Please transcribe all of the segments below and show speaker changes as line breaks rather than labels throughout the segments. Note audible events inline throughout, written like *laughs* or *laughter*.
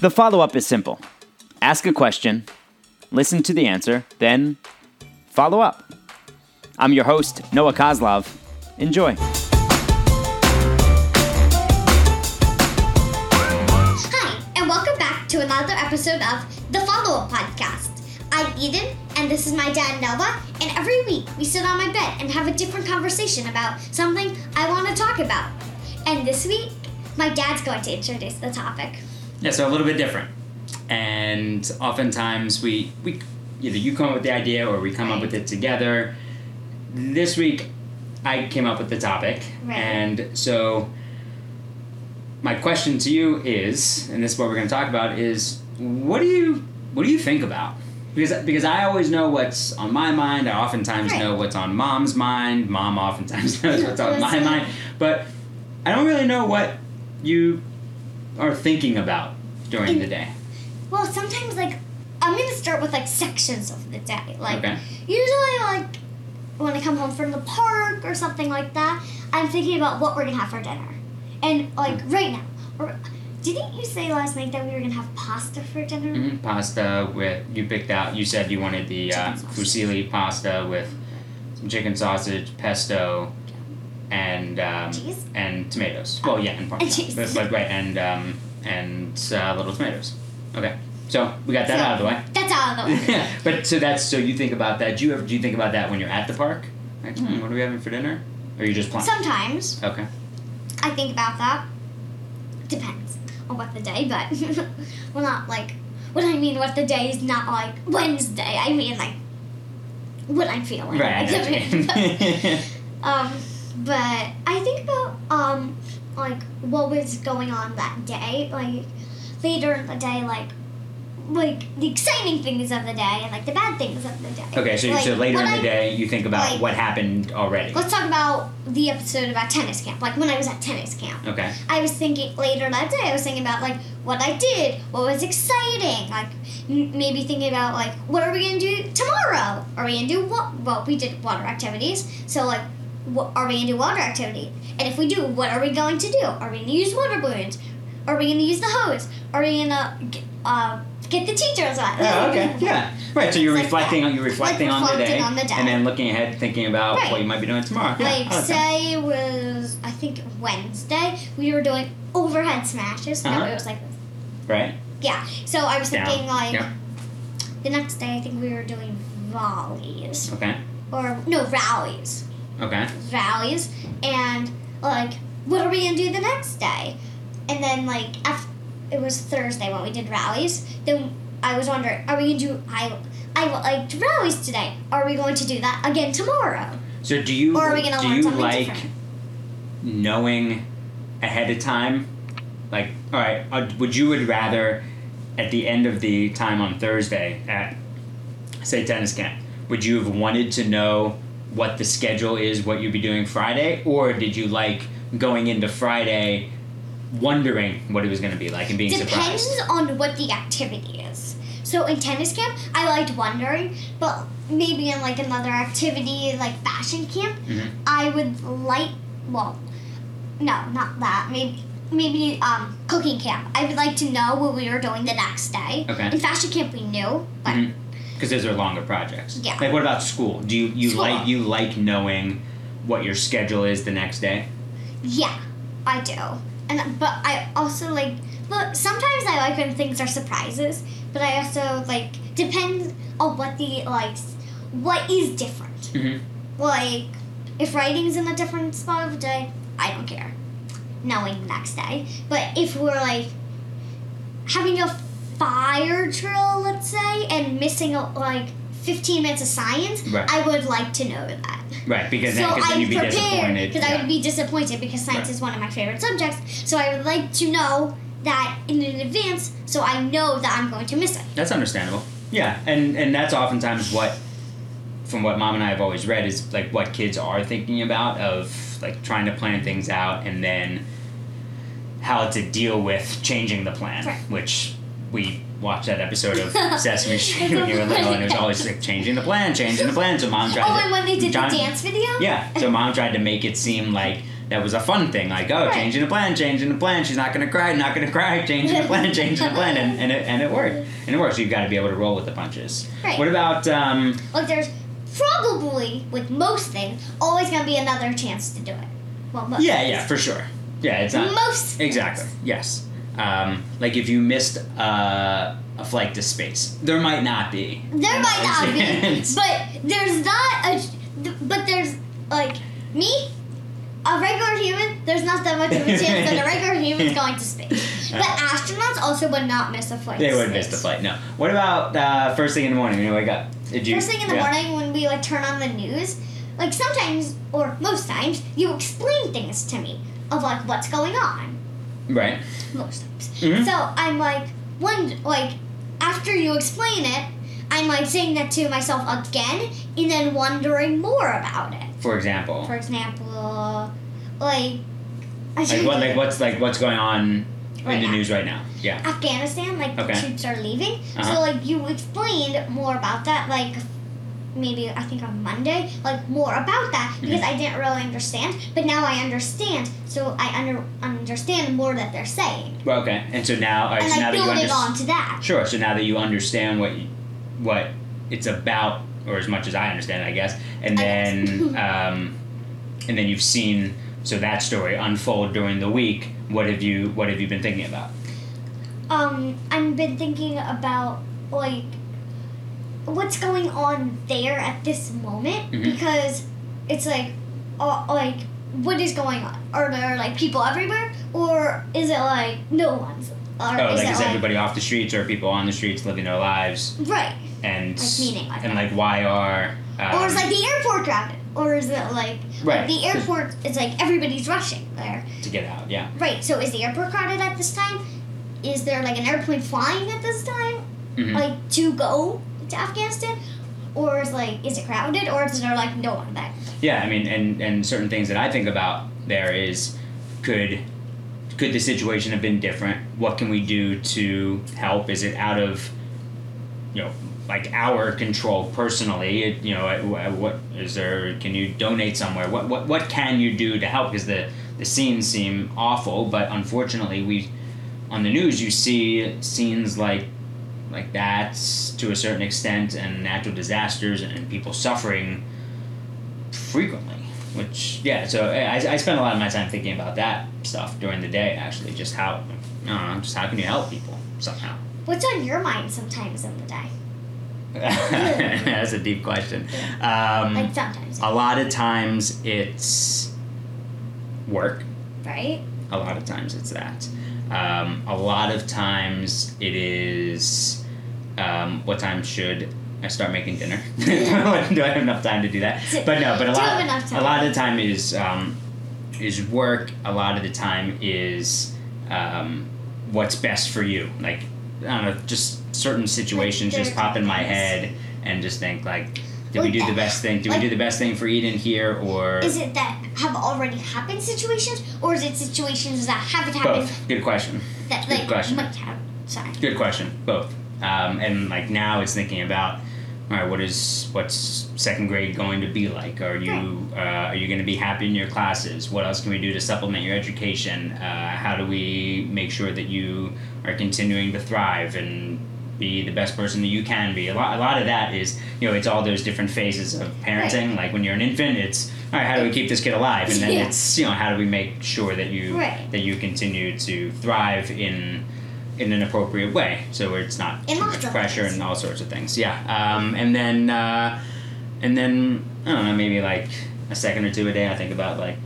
The follow up is simple ask a question, listen to the answer, then follow up. I'm your host, Noah Kozlov. Enjoy.
Hi, and welcome back to another episode of the Follow Up Podcast. I'm Eden, and this is my dad, Noah, and every week we sit on my bed and have a different conversation about something I want to talk about. And this week, my dad's going to introduce the topic.
Yeah, so a little bit different. And oftentimes we we either you come up with the idea or we come up with it together. This week I came up with the topic.
Right.
And so my question to you is, and this is what we're gonna talk about, is what do you what do you think about? Because, because I always know what's on my mind. I oftentimes
Right.
know what's on mom's mind. Mom oftentimes *laughs*
*laughs*
knows what's on my
Listen.
mind. But I don't really know what you are thinking about during the day.
Well, sometimes, like, I'm going to start with, like, sections of the day. Like, *laughs*
Okay.
usually, like, when I come home from the park or something like that, I'm thinking about what we're going to have for dinner. And, like,
Hmm.
right now, or, didn't you say last night that we were going to have pasta for dinner?
hmm Pasta with you picked out. You said you wanted the uh,
Chicken sausage.
fusilli pasta with some chicken sausage, pesto, and um,
Cheese?
and tomatoes. Well, yeah, and parmesan.
*laughs* cheese.
That's like right, and um, and uh, little tomatoes. Okay, so we got that
So- oh,
out of the way.
That's out of
*laughs*
the way.
but so that's so you think about that. Do you ever do you think about that when you're at the park? Like, hmm, what are we having for dinner? Or you just plan?
Sometimes
okay.
I think about that. Depends on what the day, but *laughs* well, not like what I mean. What the day is not like Wednesday. I mean like what I'm feeling.
Right. I know what
*laughs*
you mean.
um, but I think about um, like what was going on that day, like later in the day, like like the exciting things of the day and like the bad things of the day.
*laughs* okay, so you
like,
so later
what
in the
I-
day you think about
like-
what happened already.
Let's talk about the episode about tennis camp. Like when I was at tennis camp.
Okay.
I was thinking later that day. I was thinking about like what I did, what was exciting, like m- maybe thinking about like what are we gonna do tomorrow? Are we gonna do what? Well, we did water activities, so like what are we gonna do water activity? And if we do, what are we going to do? Are we gonna use water balloons? Are we gonna use the hose? Are we gonna g- uh, get the teachers on?
Oh, okay. Yeah. Right. So you're
It's like
reflecting
that.
on you're reflecting,
Like
on, the day,
reflecting on the day.
and then looking ahead, thinking about
Right.
what you might be doing tomorrow. Yeah. oh,
Like
okay.
say it was I think Wednesday we were doing overhead smashes. No,
Uh-huh.
it was like
Right.
Yeah. So I was
Down.
thinking like
Yeah.
the next day I think we were doing volleys
Okay.
or no rallies,
Okay.
rallies, and like what are we gonna do the next day? And then like after, it was Thursday when we did rallies. Then I was wondering, are we gonna do I I liked rallies today? Are we going to do that again tomorrow?
So do you
Or are we gonna
do
learn
you
something
like
different?
knowing ahead of time? Like, all right, uh, would you would rather at the end of the time on Thursday at say tennis camp, would you have wanted to know what the schedule is, what you'd be doing Friday, or did you like going into Friday wondering what it was going to be like and being
depends
surprised?
on what the activity is. So in tennis camp, I liked wondering, but maybe in like another activity like fashion camp,
Mhm.
I would like well, no, not that. Maybe maybe um, cooking camp. I would like to know what we were doing the next day.
Okay.
In fashion camp, we knew, but
Mhm. because those are longer projects.
Yeah.
Like, what about school? Do you you
School.
like you like knowing what your schedule is the next day?
yeah, I do. And but I also like look. Sometimes I like when things are surprises, but I also like depends on what the like s- what is different.
Mm-hmm.
Like, if writing's in a different spot of the day, I don't care. Knowing the next day. But if we're like having a fire drill, let's say, and missing a, like 15 minutes of science,
Right.
I would like to know that.
Right, because
so
then, cause then
I'm
you'd be
prepared
disappointed.
because I
yeah.
would be disappointed because science
Right.
is one of my favorite subjects. So I would like to know that in advance so I know that I'm going to miss it.
That's understandable. Yeah, and and that's oftentimes what, from what mom and I have always read, is like what kids are thinking about of like trying to plan things out and then how to deal with changing the plan,
Right.
which we watched that episode
*laughs*
of Sesame Street when you were little, and it was always like changing the plan, changing the plan. So mom tried.
Oh,
to-
and when they did
John-
the dance video?
Yeah, so mom tried to make it seem like that was a fun thing. Like, oh,
Right.
changing the plan, changing the plan. She's not gonna cry, not gonna cry. *laughs* Changing the plan, changing the plan, and, and it and it worked. And it worked. So you've got to be able to roll with the punches.
Right.
What about um,
Like there's probably with most things always gonna be another chance to do it. Well, most
Yeah, yeah, for sure. Yeah, it's not
Most
exactly. Yes, um, like if you missed uh, a flight to space, there might not
*laughs*
be.
There might not be,
Yes.
but there's not a. But there's like me, a regular human. There's not that much of a chance that a regular
*laughs*
human's going to space. But astronauts also would not miss a flight.
Uh, They
to
would miss the
space.
flight. No. What about uh, first thing in the morning when you wake up? Did you?
First thing in the
yeah.
morning when we like turn on the news, like sometimes or most times you explain things to me of like what's going on.
Right.
most times.
Mhm.
So I'm like one like after you explain it, I'm like saying that to myself again and then wondering more about it.
For example.
For example, like I
like
should-
what? Like what's like what's going on
Right
in the
now.
news right now? Yeah.
Afghanistan, like
Okay.
the troops are leaving.
Uh-huh.
So like you explained more about that, like maybe I think on Monday, like more about that
Hmm.
because I didn't really understand, but now I understand. So I under understand more that they're saying,
Well, okay. And so now, all right,
and
so now
like
that you
building
understand.
on to that.
Sure. So now that you understand what you, what it's about, or as much as I understand, I guess, and
I
then
guess. *laughs*
um, and then you've seen so that story unfold during the week. What have you What have you been thinking about?
um I've been thinking about like what's going on there at this moment
Mhm.
because it's like uh, like what is going on are there like people everywhere or is it like no one's or
oh,
is
like
it
is
like
everybody off the streets or are people on the streets living their lives
right
and
Like meaning like
and like why are um,
or is like the airport crowded or is it like
Right.
the airport it's like everybody's rushing there
to get out? Yeah.
right so is the airport crowded at this time is there like an airplane flying at this time
Mhm.
like to go to Afghanistan, or is like is it crowded, or is there like no one back?
yeah i mean and and certain things that i think about there is could could the situation have been different what can we do to help is it out of you know like our control personally It- you know at wh- at what is there can you donate somewhere what what, what can you do to help because the the scenes seem awful but unfortunately we on the news you see scenes like like that to a certain extent and natural disasters and, and people suffering frequently which yeah so I, I spend a lot of my time thinking about that stuff during the day actually just how I don't know, just how can you help people somehow *laughs*
What's on your mind sometimes in the day?
that's a deep question um,
Like sometimes,
a lot of times it's work
right?
a lot of times it's that. Um, a lot of times it is um, what time should I start making dinner? *laughs* do I have enough time to do that? But no, but a
Do you
lot,
have enough
a
time?
lot of the time is um, is work. A lot of the time is um, what's best for you. Like I don't know, just certain situations just
there are
pop in my
things.
head and just think like, did we
Like
do the
that.
best thing? Did we
Like-
do the best thing for Eden here or?
Is it that have already happened situations, or is it situations that haven't happened
both. Good question.
that
Good
like
question.
might have? Sorry.
Good question. Both. Um, and like now it's thinking about all right, what is what's second grade going to be like? Are you uh, are you going to be happy in your classes? What else can we do to supplement your education? Uh, how do we make sure that you are continuing to thrive and be the best person that you can be? A lot, a lot of that is you know it's all those different phases of parenting. Like when you're an infant, it's all right. How do we keep this kid alive? And then
Yeah.
it's you know how do we make sure that you
Right.
that you continue to thrive in in an appropriate way, so where it's not
In
too
lots
much
of
pressure
ways.
and all sorts of things. Yeah, um, and then uh, and then I don't know, maybe like a second or two a day. I think about like,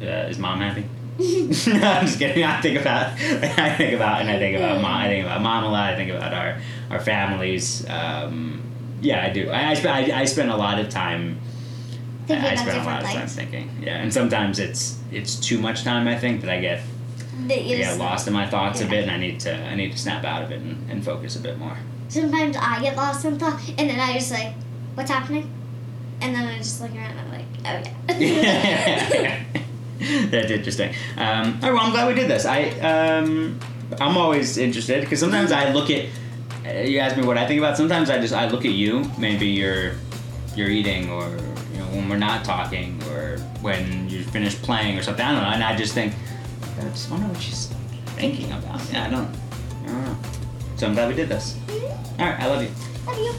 uh, is mom
*laughs*
happy? *laughs* no, I'm just kidding. I think about I think about and I think about mom. I think about mom a lot. I think about our our families. Um, yeah, I do. I I, sp- I I spend a lot of time
Thinking
I
about
spend a lot
different
of time
things.
thinking. Yeah, and sometimes it's it's too much time. I think that I get
That
I
is-
get lost in my thoughts a
Yeah.
bit, and I need to I need to snap out of it and, and focus a bit more.
Sometimes I get lost in thought, and then I just like, what's happening? And then I just look around, and I'm like, oh
*laughs*
yeah. *laughs*
That's interesting. Um, all right, well, I'm glad we did this. I um, I'm always interested because sometimes I look at uh, you ask me what I think about. Sometimes I just I look at you, maybe you're you're eating or you know when we're not talking or when you're finished playing or something. I don't know. And I just think, I just wonder what she's thinking about. Yeah, I don't, I don't know. So I'm glad we did this.
Mhm.
All right, I love you.
Love you.